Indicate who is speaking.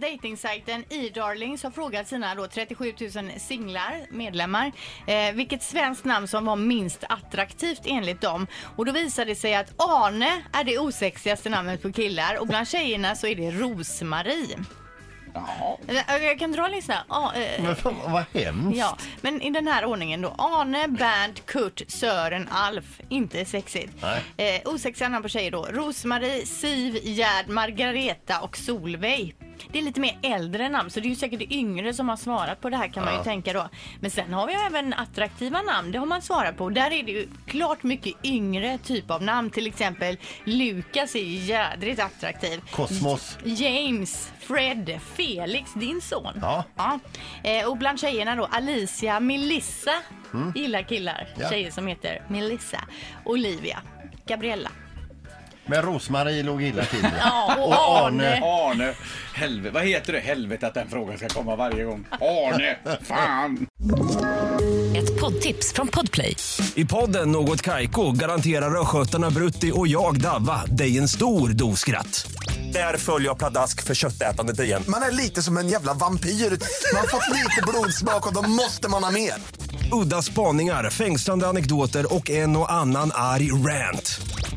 Speaker 1: dejtingsajten e-darling som frågat sina då 37 000 singlar, medlemmar, eh, vilket svenskt namn som var minst attraktivt enligt dem. Och då visade det sig att Arne är det osexigaste namnet på killar och bland tjejerna så är det Rosmarie.
Speaker 2: Jaha.
Speaker 1: Eh, Jag kan dra en lista. Ah, eh,
Speaker 3: Men fan, vad hemskt.
Speaker 1: Ja, men i den här ordningen då. Arne, Bernt, Kurt, Sören, Alf. Inte sexigt. Eh, osexiga namn på tjejer då. Rosmarie, Siv, Gerd, Margareta och Solveig. Det är lite mer äldre namn, så det är ju säkert de yngre som har svarat på det här kan man ju tänka då. Men sen har vi även attraktiva namn, det har man svarat på. Där är det ju klart mycket yngre typ av namn. Till exempel Lukas är ju jädrigt attraktiv.
Speaker 3: Kosmos.
Speaker 1: James, Fred, Felix, din son.
Speaker 3: Ja.
Speaker 1: Eh, och bland tjejerna då Alicia, Melissa. Gillar killar.
Speaker 3: Ja.
Speaker 1: Tjejer som heter Melissa. Olivia. Gabriella.
Speaker 3: Men Rosmarie låg illa till.
Speaker 1: Ja, och, Arne.
Speaker 2: Arne. Helvete. Vad heter det? Helvete att den frågan ska komma varje gång. Arne. Fan.
Speaker 4: Ett poddtips från Podplay.
Speaker 5: I podden Något Kaiko garanterar östgötarna Brutti och jag, Davva, dig en stor dos skratt. Där följer jag pladask för köttätandet igen.
Speaker 6: Man är lite som en jävla vampyr. Man har fått lite blodsmak och då måste man ha mer.
Speaker 5: Udda spaningar, fängslande anekdoter och en och annan arg rant.